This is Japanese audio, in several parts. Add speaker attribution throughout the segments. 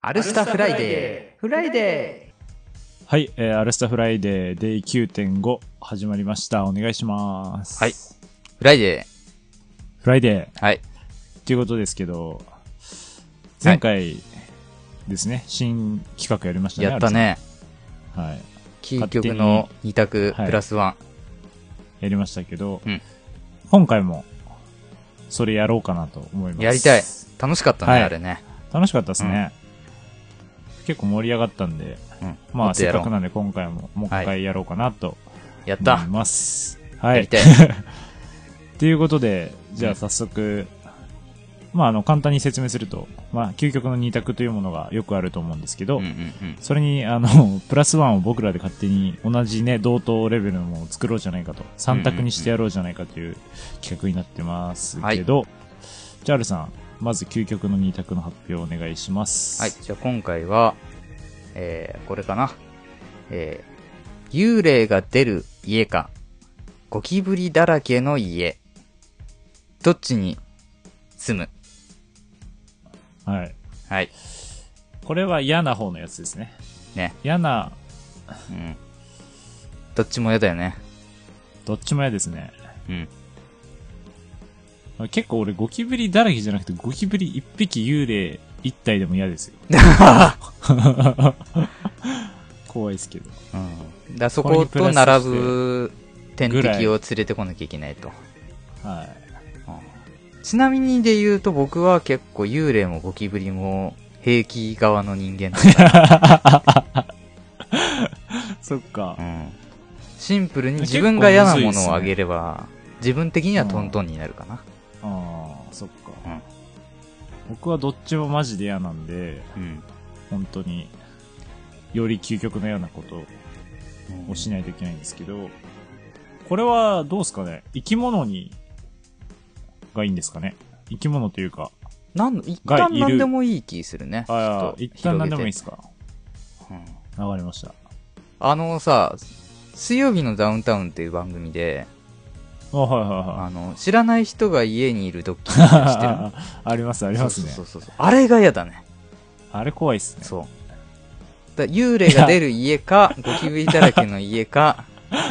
Speaker 1: アルスタフライデー。フライデ
Speaker 2: はい、えー、アルスタフライデーデイ9.5始まりました。お願いします。
Speaker 1: はい。ー。フライデ
Speaker 2: フライデ
Speaker 1: ー。はい。
Speaker 2: ーっていうことですけど、前回ですね、新企画やりましたね。
Speaker 1: やったね。
Speaker 2: アルさん。はい。
Speaker 1: キー曲の2択
Speaker 2: はい
Speaker 1: プラスワ
Speaker 2: やりましたけど、
Speaker 1: うん
Speaker 2: 今回もそれやろうかなと思いま
Speaker 1: ン。
Speaker 2: す。
Speaker 1: やりたい。楽しかったね、
Speaker 2: はい
Speaker 1: あれね。
Speaker 2: 楽しかったですね、結構盛り上がったんで、
Speaker 1: うん。
Speaker 2: ま
Speaker 1: も
Speaker 2: あ
Speaker 1: っと
Speaker 2: せ
Speaker 1: や
Speaker 2: っ
Speaker 1: ろ
Speaker 2: か
Speaker 1: う
Speaker 2: くなんで今回ももう一
Speaker 1: は
Speaker 2: 回やろうかなと
Speaker 1: やっ
Speaker 2: 思
Speaker 1: た
Speaker 2: い。ます。は
Speaker 1: や
Speaker 2: い
Speaker 1: り。たい。
Speaker 2: ということで、じゃあ早速、まあ、あの、簡単に説明すると、まあ、究極の二択というものがよくあると思うんですけど、
Speaker 1: うんうんうん。
Speaker 2: それに、あの、 プラスワンを僕らで勝手に同じね、同等レベルのものを作ろうじゃないかと、三択にしてやろうじゃないかという企画になってますけど、じゃあ、アルさん、まず究極の二択の発表をお願いします。
Speaker 1: はい。。じゃあ今回は、えー、これかな。えー、幽霊が出る家か、ゴキブリだらけの家。どっちに住む
Speaker 2: はい。
Speaker 1: はい。
Speaker 2: これは嫌な方のやつですね。
Speaker 1: ね。
Speaker 2: 嫌な、
Speaker 1: うん。どっちも嫌だよね。
Speaker 2: どっちも嫌ですね。
Speaker 1: うん。
Speaker 2: 結構俺ゴキブリだらけじゃなくてゴキブリ一匹幽霊一体でも嫌 ですよ。怖いですけど。
Speaker 1: うん、だそこと並ぶ天敵を連れてこなきゃいけないと。
Speaker 2: は
Speaker 1: ちなみにで言うと僕は結構幽霊もゴキブリも平気側の人間だか、
Speaker 2: い。そっから
Speaker 1: う。ん、シンプルに自分が嫌なものをあげれば、自分的にはトントンになるかな。
Speaker 2: ああ、そっか、
Speaker 1: うん
Speaker 2: 僕はどっちもマジで嫌なんで、
Speaker 1: うん。
Speaker 2: 本当に、より究極のようなことをしないといけないんですけど、これはどうですかね生き物に、がいいんですかね生き物というか、
Speaker 1: なん一
Speaker 2: が
Speaker 1: 旦
Speaker 2: いる
Speaker 1: 何でもいい気するね。
Speaker 2: ああ、
Speaker 1: ちょっと
Speaker 2: 一旦何でもいいです
Speaker 1: 広
Speaker 2: か
Speaker 1: げてうん
Speaker 2: わかりました。
Speaker 1: あのさ、水曜日のダウンタウンっていう番組で、
Speaker 2: あ、はいはいはい。
Speaker 1: あの、知らない人が家にいるドッキリしてるの
Speaker 2: ありますありますね
Speaker 1: そうそうそうそうあれが嫌だね。
Speaker 2: あれ怖いっすね
Speaker 1: そう。だ幽霊が出る家か、ゴキブリだらけの家か、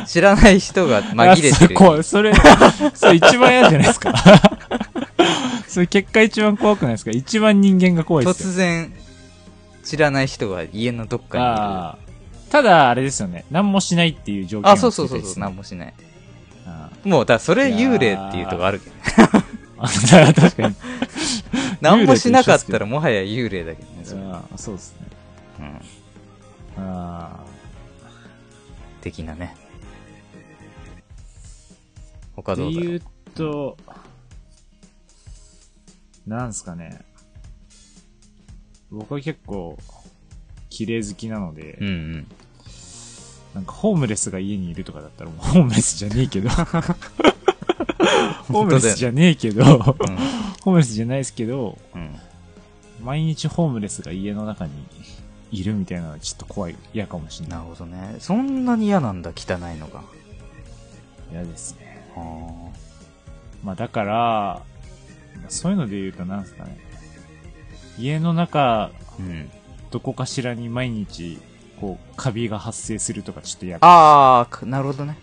Speaker 1: 知らない人が紛れてる。
Speaker 2: あ それそれそれ一番嫌じゃないですか それ結果一番怖くないですか一番人間が怖いっす
Speaker 1: 突
Speaker 2: よ
Speaker 1: 然、知らない人が家のどっかにいる。
Speaker 2: あーただあれですよね何もしないっていう条件
Speaker 1: あ、そうそうそうそう、
Speaker 2: な
Speaker 1: なんもしない。
Speaker 2: あ
Speaker 1: もう、だからそれ幽霊っていうとこあるけど、
Speaker 2: ー 確かに
Speaker 1: 何もしなかったらもはや幽霊だけどね。それ
Speaker 2: あーそうですね
Speaker 1: うん。
Speaker 2: あ
Speaker 1: 的なね。他
Speaker 2: あ
Speaker 1: ど
Speaker 2: で
Speaker 1: うだろ
Speaker 2: 言
Speaker 1: う
Speaker 2: うとなんすかね僕は結構綺麗好きなので、
Speaker 1: うんうん。
Speaker 2: なんかホームレスが家にいるとかだったらもうホームレスじゃねえ けど。ホームレスじゃねえけど、ホ
Speaker 1: うん
Speaker 2: ームレスじゃないですけど、
Speaker 1: うん。
Speaker 2: 毎日ホームレスが家の中にいるみたいなのはちょっと怖い、嫌かもしれ
Speaker 1: な
Speaker 2: な
Speaker 1: るほどね。そんなに嫌なんだ、汚いのが。
Speaker 2: い。嫌ですね。
Speaker 1: あー
Speaker 2: まあだから、まあそういうので言うとなんですかね。家の中、
Speaker 1: うん。
Speaker 2: どこかしらに毎日、こう、カビが発生するとかちょっと嫌か
Speaker 1: あー、かなるほどね。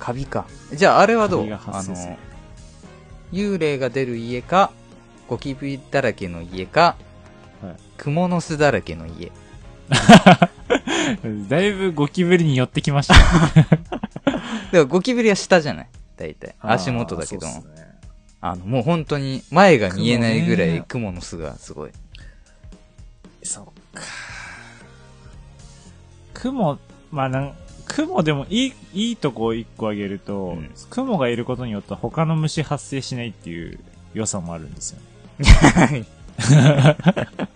Speaker 1: カビか。じゃあ、あれはど
Speaker 2: カ
Speaker 1: う
Speaker 2: ビが
Speaker 1: あ
Speaker 2: 発生する
Speaker 1: の、幽霊が出る家か、ゴキブリだらけの家か、
Speaker 2: はい
Speaker 1: クモの巣だらけの家。
Speaker 2: だいぶゴキブリに寄ってきましたね。
Speaker 1: でも、ゴキブリは下じゃない大体。足元だけど
Speaker 2: あー
Speaker 1: も。
Speaker 2: そうっすね
Speaker 1: あの、もう本当に前が見えないぐら
Speaker 2: 蜘蛛
Speaker 1: い
Speaker 2: ね
Speaker 1: クモの巣がすごい。
Speaker 2: そっか。雲、まあなん、雲でもいい、いいとこを一個あげると、
Speaker 1: うん
Speaker 2: 雲がいることによって他の虫発生しないっていう良さもあるんですよね。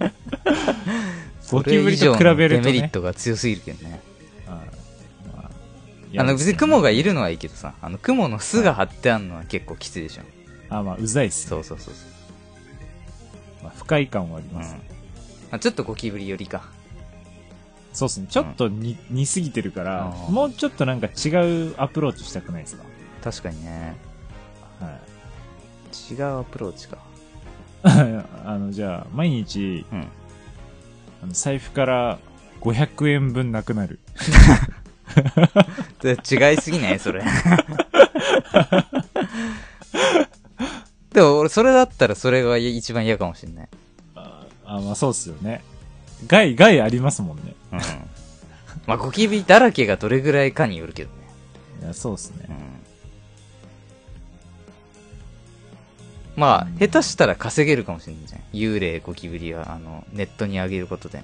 Speaker 2: ゴキブリと比べる
Speaker 1: それ以上のデ
Speaker 2: とね
Speaker 1: メリットが強すぎるけどね。
Speaker 2: あ
Speaker 1: あの、別に雲がい
Speaker 2: る。
Speaker 1: るのはいいけどさ、あの、雲の巣が張ってあるのは結構きついでしょ。
Speaker 2: あ、まあ、うざいっす、
Speaker 1: そ
Speaker 2: ね。
Speaker 1: うそうそうそう。
Speaker 2: まあ、不快感はあり
Speaker 1: う
Speaker 2: ます、
Speaker 1: んあちょっとゴキブリ寄りか。
Speaker 2: そうっすね。ちょっとに、似すぎてるから、
Speaker 1: あー
Speaker 2: もうちょっとなんか違うアプローチしたくないですか
Speaker 1: 確かにね。
Speaker 2: はい。
Speaker 1: 違うアプローチか。
Speaker 2: あの、じゃあ、毎日、
Speaker 1: うん。
Speaker 2: あの財布から500円分なくなる。
Speaker 1: 違いすぎない それ。でも俺、それだったらそれが一番嫌かもしんない。
Speaker 2: あ、あまあそうっすよね。害、害ありますもんね。
Speaker 1: うん。まあ、ゴキブリだらけがどれぐらいかによるけどね。
Speaker 2: いや、そうっすね
Speaker 1: う。ん。まあ、下手したら稼げるかもしれないじゃん。幽霊、ゴキブリは、あの、ネットに上げること で。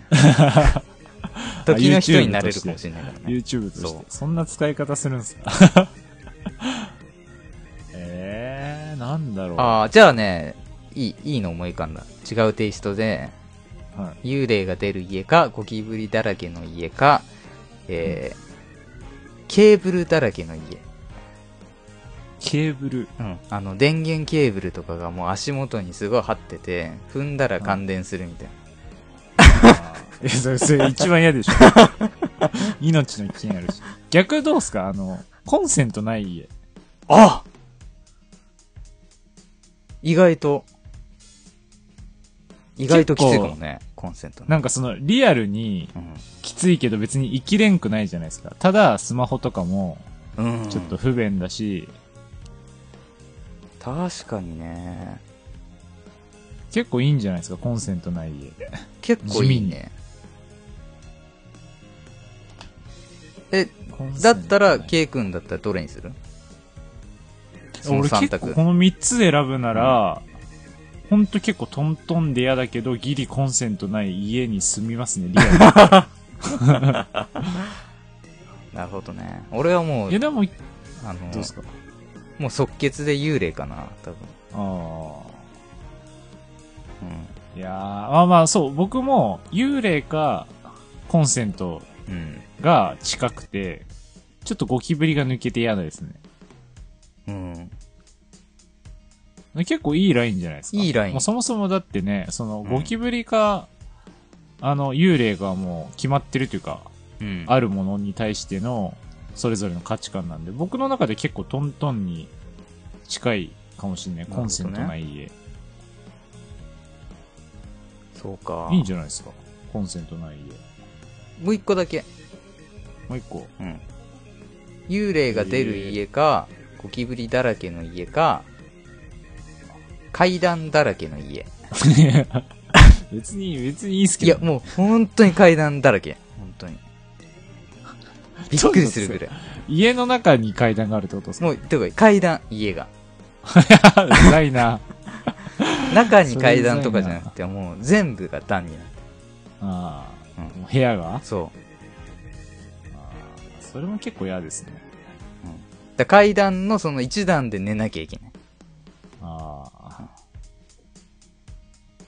Speaker 1: 時の人になれるかもしれないからね。
Speaker 2: YouTube として。
Speaker 1: そう
Speaker 2: そんな使い方するんすか えー、なんだろう。
Speaker 1: ああ、じゃあね、いい、いいの思い浮かんだ。違うテイストで、
Speaker 2: はい、
Speaker 1: 幽霊が出る家か、ゴキブリだらけの家か、えーケーブルだらけの家。
Speaker 2: ケーブル。
Speaker 1: うん。あの、電源ケーブルとかがもう足元にすごい張ってて、踏んだら感電するみたいな。
Speaker 2: え、それ、それ一番 嫌でしょ。命の危険あるし。逆どうすかあの、コンセントない家。
Speaker 1: あ意外と、意外ときついかもね、コンセントね。
Speaker 2: なんかその、リアルに
Speaker 1: う
Speaker 2: きついけど別に生きれんくないじゃないですか。ただ、スマホとかも、
Speaker 1: ん。うん
Speaker 2: ちょっと。不便だし、
Speaker 1: 確かにね。
Speaker 2: 結構いいんじゃないですかコンセントない家。
Speaker 1: 結構いいね。え、だったら、K
Speaker 2: け
Speaker 1: 君だったらどれにするその
Speaker 2: 俺
Speaker 1: 三
Speaker 2: 結
Speaker 1: 択
Speaker 2: 構この3つ選ぶなら、ほんと結構トントンで嫌だけど、ギリコンセントない家に住みますね、リアルに。
Speaker 1: なるほどね。俺はもう
Speaker 2: いや、、でも、
Speaker 1: あの
Speaker 2: どうっすか
Speaker 1: もう即決で幽霊かな、多分。
Speaker 2: ああ。
Speaker 1: うん。
Speaker 2: いやー、まあまあそう、僕も幽霊かコンセント
Speaker 1: うん。
Speaker 2: が近くて、ちょっとゴキブリが抜けて嫌だですね。
Speaker 1: うん。
Speaker 2: 結構いいラインじゃないですか。
Speaker 1: いいライン
Speaker 2: もうそもそもだってね、その
Speaker 1: うん
Speaker 2: ゴキブリか、あの幽霊がもう決まってるというか、
Speaker 1: うん。
Speaker 2: あるものに対してのそれぞれの価値観なんで、僕の中で結構トントンに近いかもしれない。
Speaker 1: るほどね
Speaker 2: コンセントない家。
Speaker 1: そうか。
Speaker 2: いいんじゃないですか。コンセントない家。
Speaker 1: もう一個だけ。
Speaker 2: もう一 個。
Speaker 1: うん。幽霊が出る家か、ゴキブリだらけの家か、階段だらけの家。
Speaker 2: いや別に、別にいいっすけ
Speaker 1: い
Speaker 2: ど
Speaker 1: や、。もう本当に階段だらけ。本当 に。びっくりするぐらい。
Speaker 2: 家の中に階段があるってことですか
Speaker 1: もう、てか階段、家が。
Speaker 2: うざいな。
Speaker 1: 中に階段とかじゃなくて、もう全部が段になる。
Speaker 2: あ
Speaker 1: う
Speaker 2: あ、
Speaker 1: ん
Speaker 2: もう部屋があ
Speaker 1: そ
Speaker 2: あそれも結構嫌ですね。
Speaker 1: う。だから階段のその一段で寝なきゃいけない。
Speaker 2: ああ。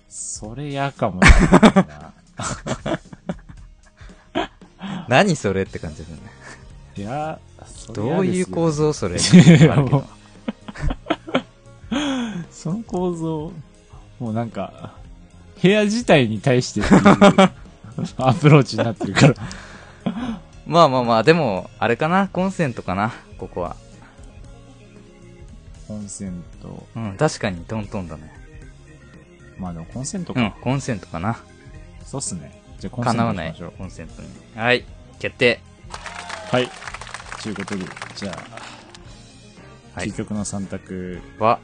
Speaker 2: それ嫌かもしれないな。
Speaker 1: 何それって感じだよね。
Speaker 2: いや、それ
Speaker 1: どういう構造
Speaker 2: 造
Speaker 1: それ。
Speaker 2: や
Speaker 1: あるけど
Speaker 2: もその構造、もうなんか、部屋自体に対してっていうアプローチになってるから。
Speaker 1: まあまあまあ、でも、あれかなコンセントかなここは。
Speaker 2: コンセント、
Speaker 1: うん、確かにトントンだね。
Speaker 2: まあでもコンセント
Speaker 1: うん
Speaker 2: か。、
Speaker 1: コンセントかな。
Speaker 2: そうっすね。じゃあコンセン
Speaker 1: 叶わ
Speaker 2: トに
Speaker 1: な
Speaker 2: し
Speaker 1: い
Speaker 2: ましょう。。
Speaker 1: コンセントに。はい、決定。
Speaker 2: はい。ということで、じゃあ、
Speaker 1: はい
Speaker 2: 究。極の三択
Speaker 1: は、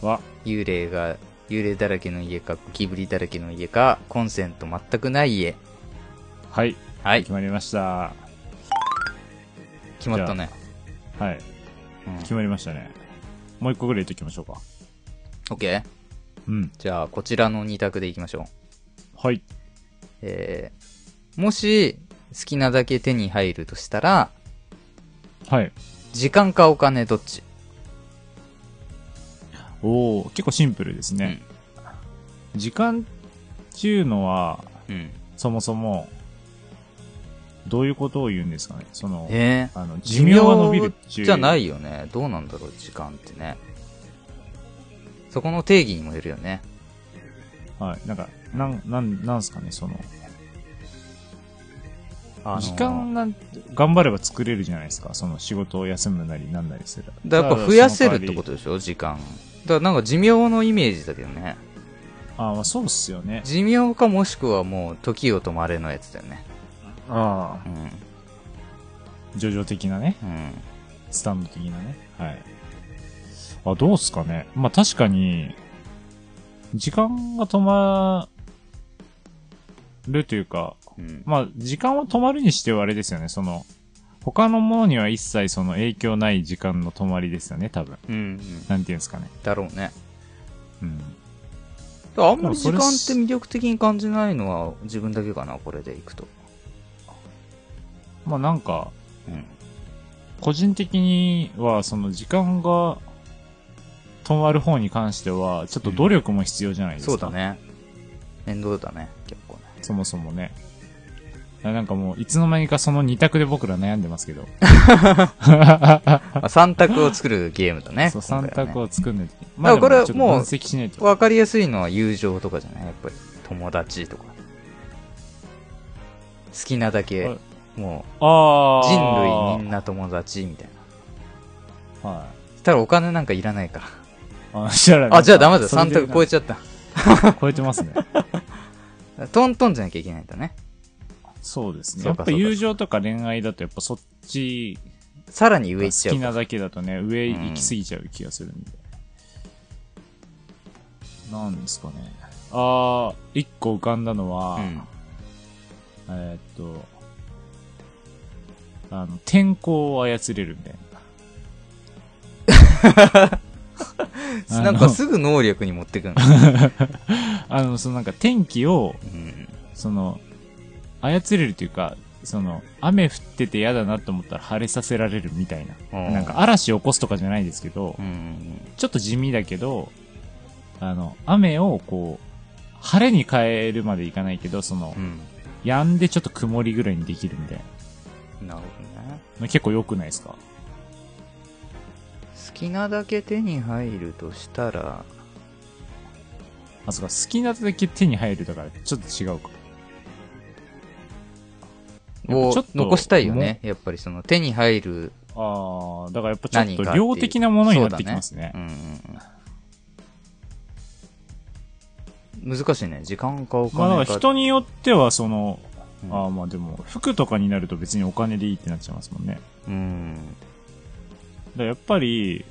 Speaker 2: は、
Speaker 1: 幽霊が、幽霊だらけの家か、ゴキブリだらけの家か、コンセント全くない家。
Speaker 2: はい、
Speaker 1: はい、
Speaker 2: 決まりました。
Speaker 1: 決まったね。
Speaker 2: はい、
Speaker 1: うん、
Speaker 2: 決まりましたね。もう一個ぐらい言っときましょうか。
Speaker 1: オッケー
Speaker 2: うん。
Speaker 1: じゃあ、こちらの2択でいきましょう。
Speaker 2: はい。
Speaker 1: えー、もし、好きなだけ手に入るとしたら、
Speaker 2: はい。
Speaker 1: 時間かお金どっち
Speaker 2: おー、結構シンプルですね。時間っていうのは、
Speaker 1: うん。
Speaker 2: そもそも、どういうことを言うんですかね。その、
Speaker 1: えー、
Speaker 2: あの寿命が伸びるっていう。。
Speaker 1: じゃないいよね。どうなんだろう、時間ってね。そこの定義にもよるよね。
Speaker 2: はい。なんか、なん、なん、なんすかね、その、
Speaker 1: あの
Speaker 2: 時間なんて、頑張れば作れるじゃないですか。その仕事を休むなりなんなりする。
Speaker 1: だからやっぱ増やせるってことでしょ、時間。だからなんか寿命のイメージだけどね。
Speaker 2: あまあそうっすよね。
Speaker 1: 寿命かもしくはもう、時を止まれのやつだよね。
Speaker 2: あ
Speaker 1: う
Speaker 2: あ。
Speaker 1: ん。
Speaker 2: 叙々的なね。
Speaker 1: うん。
Speaker 2: スタンド的なね。はい。あ、どうっすかね。まあ確かに、時間が止まるというか、
Speaker 1: うん。
Speaker 2: まあ時間は止まるにしてはあれですよね。その、他のものには一切その影響ない時間の止まりですよね、多分。
Speaker 1: うん、うん。
Speaker 2: なんていうんですかね。
Speaker 1: だろうね。
Speaker 2: うん。
Speaker 1: だからあんまり時間っ
Speaker 2: でも
Speaker 1: て
Speaker 2: それ
Speaker 1: 魅力的に感じないのは自分だけかな、これでいくと。
Speaker 2: まあなんか、
Speaker 1: うん。
Speaker 2: 個人的には、その時間が止まる方に関しては、ちょっと努力も必要じゃないですか。
Speaker 1: そうだ。ね。面倒だね、結 構ね。
Speaker 2: そもそもね。あなんかもう、いつの間にかその二択で僕ら悩んでますけど。
Speaker 1: あ、三択を作るゲームだね。
Speaker 2: そう、三択
Speaker 1: を。
Speaker 2: を作んないといけない。
Speaker 1: だからこれ
Speaker 2: でちょっと
Speaker 1: もう
Speaker 2: 分析しないと。
Speaker 1: わかりやすいのは友情とかじゃないやっぱり。友達とか。好きなだ
Speaker 2: は
Speaker 1: け
Speaker 2: い、
Speaker 1: も
Speaker 2: あ
Speaker 1: う、
Speaker 2: ー
Speaker 1: 人類みんな友達みたいな。
Speaker 2: は
Speaker 1: したらお金なんかいらないか。
Speaker 2: い。あ、知らない
Speaker 1: あ、じゃあダメだ。
Speaker 2: それ
Speaker 1: 三
Speaker 2: で
Speaker 1: 択超えちゃった。
Speaker 2: 超えてますね。
Speaker 1: トントンじゃなきゃいけないんだね。
Speaker 2: そうですね。
Speaker 1: そ
Speaker 2: や
Speaker 1: う
Speaker 2: っ
Speaker 1: か
Speaker 2: ぱ友情とか恋愛だと、やっぱそっち
Speaker 1: さらに
Speaker 2: が
Speaker 1: 上行っち
Speaker 2: 好
Speaker 1: ゃ
Speaker 2: き
Speaker 1: う。
Speaker 2: なだけだとね、上行き過ぎちゃう気がするんで。なんですかね。あー、一個浮かんだのは、
Speaker 1: うん。
Speaker 2: えーっと、あの、天候を操れるみたいな。
Speaker 1: なん
Speaker 2: あ
Speaker 1: か
Speaker 2: の
Speaker 1: すぐ能力に持ってくん
Speaker 2: あの、そのなんか天気を、
Speaker 1: うん。
Speaker 2: その、操れるというか、その、雨降ってて嫌だなと思ったら晴れさせられるみたい
Speaker 1: お
Speaker 2: な。
Speaker 1: ー
Speaker 2: なんか嵐起こすとかじゃないですけど、
Speaker 1: うん。
Speaker 2: ちょっと地味だけど、あの、雨をこう、晴れに変えるまでいかないけど、その
Speaker 1: う、ん。
Speaker 2: 止んでちょっと曇りぐらいにできるみたい
Speaker 1: なるほどね。
Speaker 2: な。結構良くないですか
Speaker 1: 好きなだけ手に入るとしたら、
Speaker 2: あ、そうか、好きなだけ手に入るだから、ちょっと違うか。やっ
Speaker 1: を
Speaker 2: ぱちょっと
Speaker 1: 残したいよね。やっぱりその手に入る。
Speaker 2: あー、だからやっぱちょ
Speaker 1: 何
Speaker 2: っ
Speaker 1: かっ
Speaker 2: と
Speaker 1: ていう
Speaker 2: 量的なものになってきますね
Speaker 1: う。んうんうん。難しいね。時間かお
Speaker 2: まあだ
Speaker 1: 金
Speaker 2: か。
Speaker 1: から
Speaker 2: 人によっては、その、
Speaker 1: うん
Speaker 2: あーまあでも、服とかになると別にお金でいいってなっちゃいますもんね。
Speaker 1: うん。
Speaker 2: だからやっぱり、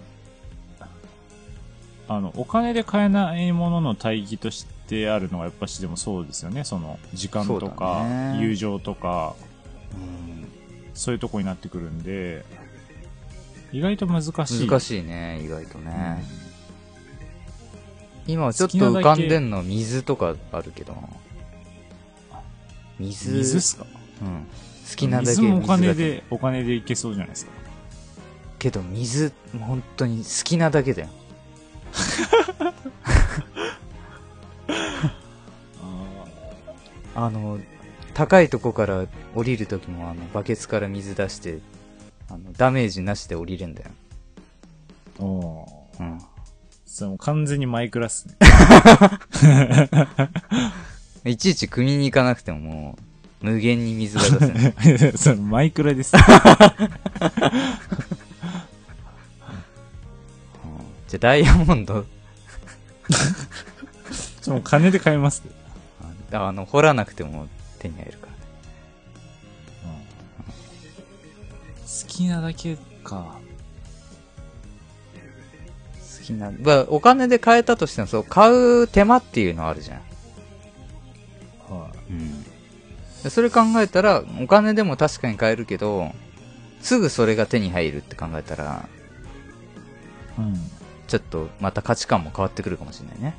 Speaker 2: あの、お金で買えないものの対義としてあるのが、やっぱしでもそうですよね。その、時間と
Speaker 1: そうだ
Speaker 2: か、
Speaker 1: ね
Speaker 2: 友情とか、
Speaker 1: うん
Speaker 2: そういうとこになってくるんで、意外と難しい。
Speaker 1: 難
Speaker 2: い。
Speaker 1: しいね、意外とね。今はちょっと浮かんでんの水とかあるけど。水。
Speaker 2: 水っすか
Speaker 1: うん。好きなだけ
Speaker 2: 水もお
Speaker 1: 水
Speaker 2: 金
Speaker 1: だけ
Speaker 2: で、お金でいけそうじゃないですか。
Speaker 1: けど水、本当に好きなだけだよ。あの、高いとこから降りるときも、あの、バケツから水出して、あの、ダメージなしで降りれんだよ。
Speaker 2: おおー
Speaker 1: うん。
Speaker 2: それもう完全にマイクラっす ね。
Speaker 1: いちいち汲みに行かなくてももう、無限に水が出せ る。
Speaker 2: それマイクラです。
Speaker 1: じゃあ、ダイヤモンド、
Speaker 2: それもう金で買えます。
Speaker 1: あの、掘らなくても手に入るからね。
Speaker 2: 好きなだけか。
Speaker 1: 好きな、まあ、お金で買えたとしても、そう、買う手間っていうのはあるじゃん。
Speaker 2: はい。
Speaker 1: でそれ考えたら、お金でも確かに買えるけど、すぐそれが手に入るって考えたら、
Speaker 2: うん。
Speaker 1: ちょっとまた価値観も変わってくるかもしれないね。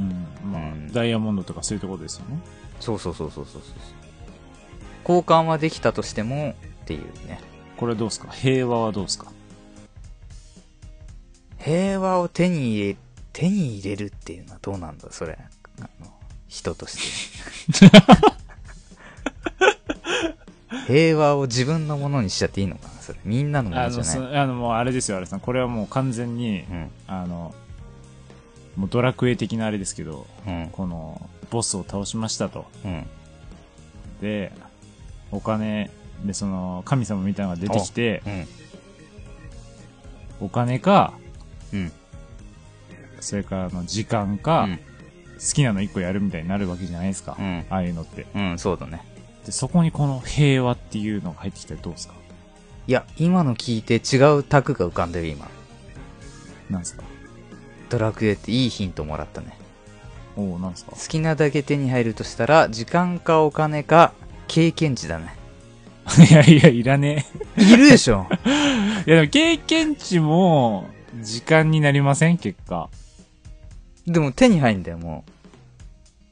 Speaker 2: うん。まあ、
Speaker 1: うん
Speaker 2: ダイヤモンドとかそういうところですよね。
Speaker 1: そうそうそうそうそうそう。交換はできたとしても、っていうね。
Speaker 2: これどうですか平和はどうですか
Speaker 1: 平和を手に入れ、手に入れるっていうのはどうなんだ、それ。あの、人として。平和を自分のものにしちゃっていいのかな、それ。みんなのも
Speaker 2: あ
Speaker 1: のじ
Speaker 2: の、
Speaker 1: ゃない。
Speaker 2: そあの、もうあれですよ、あれさん。これはもう完全に、
Speaker 1: うん。
Speaker 2: あの、もうドラクエ的なあれですけど、
Speaker 1: うん。
Speaker 2: この、ボスを倒しましたと。
Speaker 1: うん。
Speaker 2: で、お金、で、その、神様みたいなのが出てきて、
Speaker 1: うん。
Speaker 2: お金か、
Speaker 1: うん。
Speaker 2: それからあの時間か、
Speaker 1: うん
Speaker 2: きなの一個やるみたいになるわけじゃないですか。
Speaker 1: うん
Speaker 2: ああいうのって。
Speaker 1: うん、そうだね。
Speaker 2: で、そこにこの平和っていうのが入ってきたらどうですか
Speaker 1: いや、今の聞いて違うタグが浮かんでる今。
Speaker 2: なんですか
Speaker 1: ドラクエっていいヒントもらったね。
Speaker 2: おおなんです か
Speaker 1: 好きなだけ手に入るとしたら、時間かお金か経験値だね。
Speaker 2: いやいや、いらね
Speaker 1: いるでし ょ
Speaker 2: え。いや、でも経験値も、時間になりません結果。
Speaker 1: でも手に入んだよ、もう。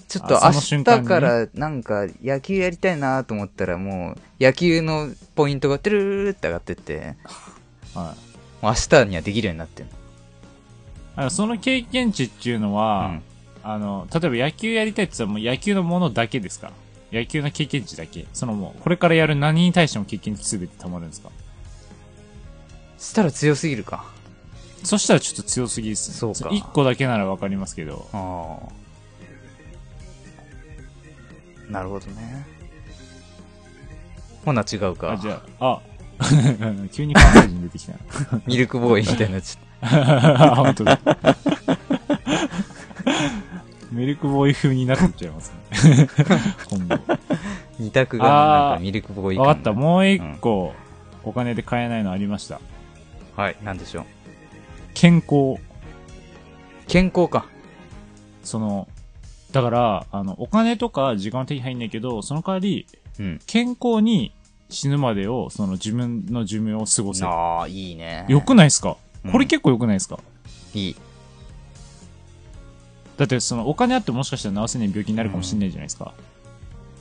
Speaker 1: ちょっと
Speaker 2: あそ
Speaker 1: 明
Speaker 2: の瞬
Speaker 1: 日
Speaker 2: 間に
Speaker 1: からなんか野球やりたいなと思ったらもう野球のポイントがてるるるって上がってって、
Speaker 2: はい。
Speaker 1: もう明日にはできるようになってる。
Speaker 2: あのその経験値っていうの
Speaker 1: う
Speaker 2: は、
Speaker 1: ん。
Speaker 2: あの、例えば野球やりたいって言ったらもう野球のものだけですか野球の経験値だけ。そのもう、これからやる何に対しても経験値すべて溜まるんですか
Speaker 1: したら強すぎるか。
Speaker 2: そしたらちょっと強すぎですね。
Speaker 1: そうか
Speaker 2: 1個だけならわかりますけど。
Speaker 1: ああ。なるほどね。ほな違う
Speaker 2: あ、
Speaker 1: か
Speaker 2: じ。ゃあ、あ、 急にファンタジーに出てきた
Speaker 1: ミルクボーイみたいになっちゃっ
Speaker 2: な。 本当だ。ミルクボーイ風になっちゃいますね。今後。
Speaker 1: た。二択がなんかミルクボーイ
Speaker 2: わかった。
Speaker 1: 感が
Speaker 2: もう一個、お金で買えないのありました。
Speaker 1: はい。なんでしょう。
Speaker 2: 健康。
Speaker 1: 健康か。
Speaker 2: その、だから、あの、お金とか時間は手に入んないけど、その代わり、
Speaker 1: うん。
Speaker 2: 健康に死ぬまでを、その自分の寿命を過ごせる。
Speaker 1: ああ、いいね。
Speaker 2: よくないですか
Speaker 1: うん
Speaker 2: これ結構よくないですか、
Speaker 1: いい。
Speaker 2: だって、その、お金あってもしかしたら治せない病気になるかもしれないじゃないですか。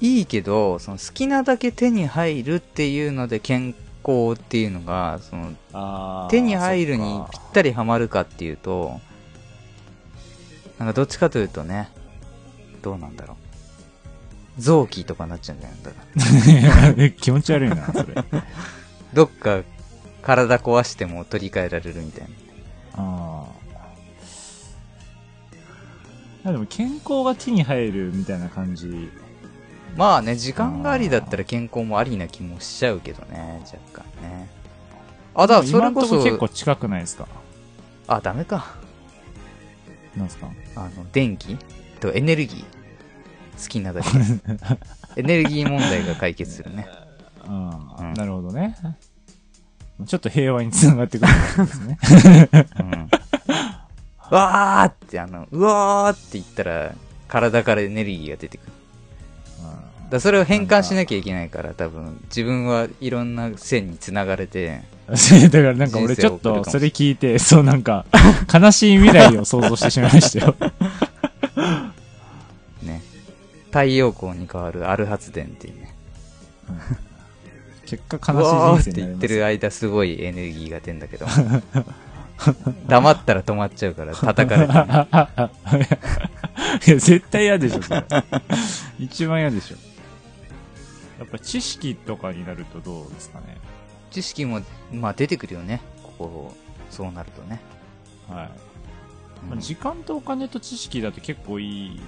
Speaker 1: いいけど、その好きなだけ手に入るっていうので健康っていうのが、その
Speaker 2: あー
Speaker 1: 手に入るに
Speaker 2: そっ
Speaker 1: ぴ
Speaker 2: か
Speaker 1: ったりはまるかっていうと、なんかどっちかというとね、どうなんだろう。臓器とかになっちゃうんじゃないんだから。
Speaker 2: 気持ち悪いな、それ。
Speaker 1: どっか体壊しても取り替えられるみたいな。
Speaker 2: あーあでも、健康が手に入るみたいな感じ。
Speaker 1: まあね、時間がありだったら健康もありな気もしちゃうけどね、若干ね。あ、だからそ
Speaker 2: 今
Speaker 1: れ
Speaker 2: ん
Speaker 1: ことそ、
Speaker 2: 結構近くないですか
Speaker 1: あ、ダメか。
Speaker 2: なんですか
Speaker 1: あの、電気とエネルギー。好きなだけ。エネルギー問題が解決するね。
Speaker 2: ああ、
Speaker 1: うん
Speaker 2: なるほどね。ちょっと平和につながってくるんですね。
Speaker 1: うん。わーって、あの、うわーって言ったら、体からエネルギーが出てくる。だからそれを変換しなきゃいけないから、多分、自分はいろんな線に繋がれて、
Speaker 2: うんだからなんか俺ちょっとそれ聞いて、そうなんか悲しい未来を想像してしまいまし たよ。
Speaker 1: ね。太陽光に変わるアル発電っていうね。
Speaker 2: 結果悲しい人生
Speaker 1: うわーっ
Speaker 2: に
Speaker 1: て
Speaker 2: な
Speaker 1: 言
Speaker 2: り
Speaker 1: っ
Speaker 2: ま
Speaker 1: て
Speaker 2: す。
Speaker 1: る間すごいエネルギーが出んだけど。 黙ったら止まっちゃうから叩かれ て。
Speaker 2: いや、絶対嫌でしょ、それ。一番嫌でしょ。やっぱ知識とかになるとどうですかね。
Speaker 1: 知識も、まあ出てくるよね。ここ、そうなるとね。
Speaker 2: はい。
Speaker 1: う
Speaker 2: まあ
Speaker 1: ん
Speaker 2: 時間とお金と知識だと結構いい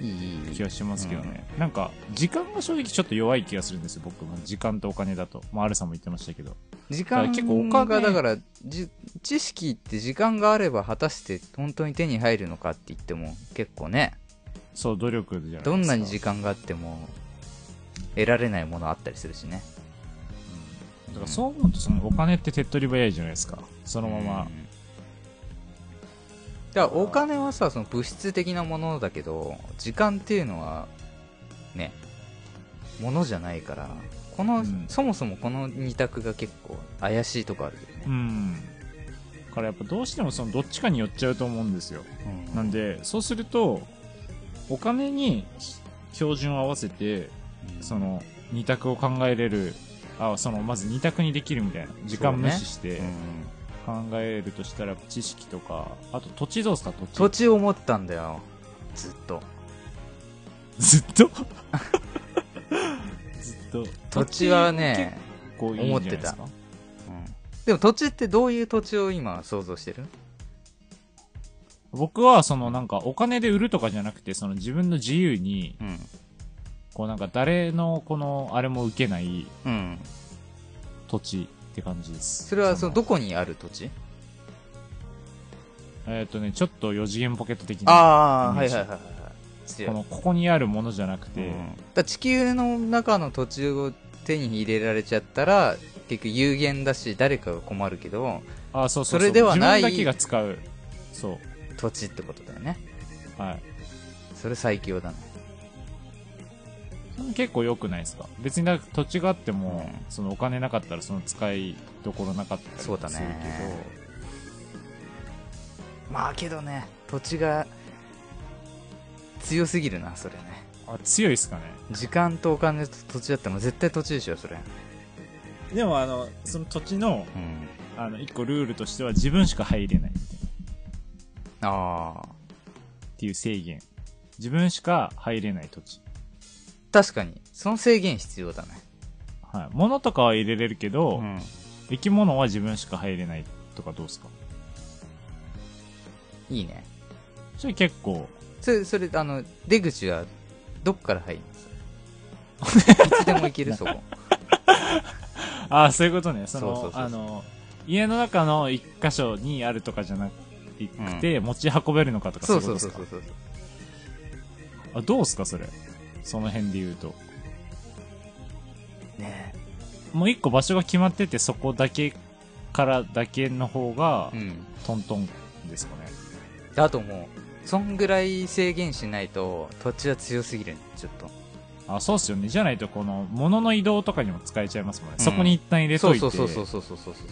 Speaker 1: いいいい
Speaker 2: 気がしますけどね、なんか時間が正直ちょっと弱い気がするんですよ僕も時間とお金だと、まあ、アルさんも言ってましたけど
Speaker 1: 時間
Speaker 2: 結構お
Speaker 1: が
Speaker 2: 金
Speaker 1: だからじ知識って時間があれば果たして本当に手に入るのかって言っても結構ね
Speaker 2: そう努力じゃないですか
Speaker 1: どんなに時
Speaker 2: 間、
Speaker 1: 間があっても得られないものあったりするしね
Speaker 2: うんだからそう思うとそのお金って手っ取り早いじゃないですかそのまま、
Speaker 1: うんだからお金はさその物質的なものだけど時間っていうのはねものじゃないからこの、
Speaker 2: うん
Speaker 1: そもそもこの二択が結構怪しいとこあるよ
Speaker 2: う
Speaker 1: ね、
Speaker 2: んだからやっぱどうしてもそのどっちかに寄っちゃうと思うんですよ
Speaker 1: うん
Speaker 2: なんでそうするとお金に標準を合わせて
Speaker 1: うん
Speaker 2: その二択を考えれるあそのまず二択にできるみたいな時間無視して、
Speaker 1: うん
Speaker 2: 考えるとしたら知識とかあと土地どうすか
Speaker 1: 土
Speaker 2: 土地
Speaker 1: 地を思ったんだよずっと
Speaker 2: ずっとずっと
Speaker 1: 土地はね、
Speaker 2: 結構いいんじゃないですか
Speaker 1: うんでも土地ってどういう土地を今想像してる
Speaker 2: 僕はそのなんかお金で売るとかじゃなくてその自分の自由に
Speaker 1: うん
Speaker 2: こうなんか誰のこのあれも受けない
Speaker 1: うん
Speaker 2: 土地って感じです
Speaker 1: それはそのどこにある土地
Speaker 2: えっ、とねちょっと4次元ポケット的な
Speaker 1: ああ
Speaker 2: イ
Speaker 1: は
Speaker 2: メー
Speaker 1: い
Speaker 2: ジ
Speaker 1: はいはいはいですよ
Speaker 2: この、ここにあるものじゃなくて、
Speaker 1: だから地球の中の途中を手に入れられちゃったら結局有限だし誰かが困るけど
Speaker 2: あ、そうそうう
Speaker 1: それではない
Speaker 2: 自分だけが使う。そ
Speaker 1: 土地ってことだよね
Speaker 2: う。はい。
Speaker 1: それ最強だね
Speaker 2: 結構良くないですか別になんか土地があっても、
Speaker 1: うん
Speaker 2: そのお金なかったらその使いどころなかったりもす
Speaker 1: そう
Speaker 2: るけど
Speaker 1: だねまあけどね土地が強すぎるなそれね
Speaker 2: あ強いですかね
Speaker 1: 時間とお金と土地だったら絶対土地でしょそれ
Speaker 2: でもあのその土地の
Speaker 1: うん
Speaker 2: あの一個ルールとしては自分しか入れないみたいな
Speaker 1: ああ
Speaker 2: っていう制限自分しか入れない土地
Speaker 1: 確かにその制限必要だね
Speaker 2: はい物とかは入れれるけど、
Speaker 1: ん
Speaker 2: 生き物は自分しか入れないとかどうですか
Speaker 1: いいね
Speaker 2: それ結構
Speaker 1: それそれあの出口はどっから入るんですかいつでも行けるそこ
Speaker 2: ああそういうことねその
Speaker 1: そうそうそうそう
Speaker 2: あの家の中の一箇所にあるとかじゃなくて、持ち運べるのかとか
Speaker 1: そう
Speaker 2: いこと
Speaker 1: そう
Speaker 2: です
Speaker 1: そう
Speaker 2: か
Speaker 1: そうそう
Speaker 2: あ、どうすかそれ。その辺で言うと。
Speaker 1: ね
Speaker 2: もう一個場所が決まってて、そこだけからだけの方が
Speaker 1: え、うん
Speaker 2: トントンですかね。
Speaker 1: あともうそんぐらい制限しないと土地は強すぎるねちょっと
Speaker 2: あ、そうっすよね。じゃないと、この、物の移動とかにも使えちゃいますもんね。そこに一旦入れ
Speaker 1: そ
Speaker 2: と
Speaker 1: う
Speaker 2: いて。
Speaker 1: そうそうそうそうそうそうそう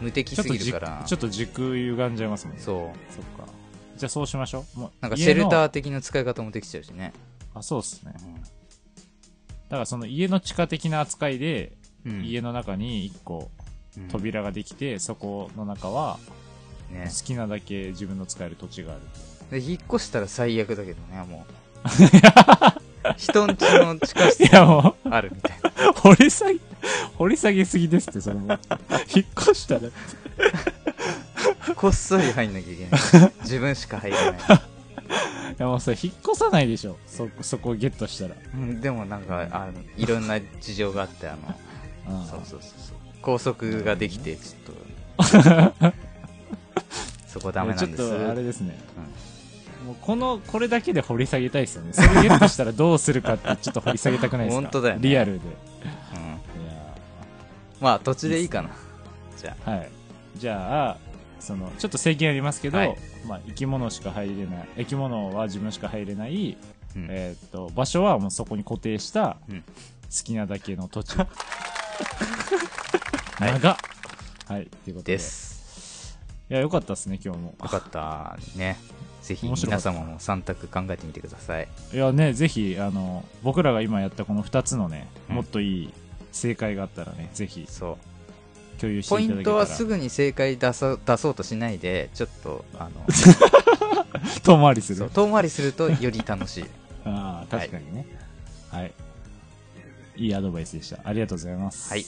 Speaker 1: 無敵
Speaker 2: ちょ
Speaker 1: す
Speaker 2: っと
Speaker 1: ぎる
Speaker 2: じ
Speaker 1: から
Speaker 2: ちょっと軸歪んじゃいますもんね。
Speaker 1: そ
Speaker 2: そっか。じゃあそうしましょう。もう
Speaker 1: うなんかシェルタ
Speaker 2: ー。
Speaker 1: ー的な使い方もできちゃうしね
Speaker 2: あ、そうっすね。だからその家の地下的な扱いで、
Speaker 1: うん
Speaker 2: 家の中に一個
Speaker 1: うん
Speaker 2: 扉ができて、そこの中は
Speaker 1: ね
Speaker 2: 好きなだけ自分の使える土地 があ
Speaker 1: で
Speaker 2: る。
Speaker 1: 引っ越したら最悪だけどねもう 人んちの地下室
Speaker 2: いやもう。
Speaker 1: あるみたいな
Speaker 2: 掘り下げ、掘り下げすぎですって、それも。 引っ越したら。
Speaker 1: こっそり入んなきゃいけない自分しか入れない
Speaker 2: いやもうそれ引っ越さないでしょ。そ、そこをゲットしたら。
Speaker 1: うんでもなんかあのいろんな事情があってあの
Speaker 2: うん
Speaker 1: そうそうそうそう高速ができてちょっと そこダメなんです
Speaker 2: ちょっとあれですね。もうこの、これだけで掘り下げたいですよね。それゲットしたらどうするかってちょっと掘り下げたくないですか
Speaker 1: 本当だよね
Speaker 2: リアルで。い
Speaker 1: うん
Speaker 2: や
Speaker 1: まあ土地でいいかなじゃ
Speaker 2: ーはい。じゃあ、その、ちょっと制限ありますけど、
Speaker 1: はい
Speaker 2: まあ、生き物しか入れない、生き物は自分しか入れない、
Speaker 1: あ、うん
Speaker 2: えーっと、場所はもうそこに固定した、
Speaker 1: うん
Speaker 2: 好きなだけ の土地。長っはい、ということで。
Speaker 1: です
Speaker 2: いや、よかったですね、今日も。
Speaker 1: よかったねぜひ
Speaker 2: 面白か
Speaker 1: 皆
Speaker 2: った
Speaker 1: 様も3択考えてみてください
Speaker 2: いやね、ぜひ、あの、僕らが今やったこの2つのね、
Speaker 1: うん
Speaker 2: もっといい正解があったらね、ぜひ
Speaker 1: そう
Speaker 2: 共有して
Speaker 1: ポ
Speaker 2: い
Speaker 1: イ
Speaker 2: た
Speaker 1: ン
Speaker 2: だけた
Speaker 1: ト
Speaker 2: ら
Speaker 1: はすぐに正解出そう出そうとしないでちょっとあ の
Speaker 2: 遠回りす
Speaker 1: そう
Speaker 2: る。
Speaker 1: 遠回りするとより楽しい
Speaker 2: ああ、確かにね。はい。いいアドバイスでした。ありがとうございます。
Speaker 1: はい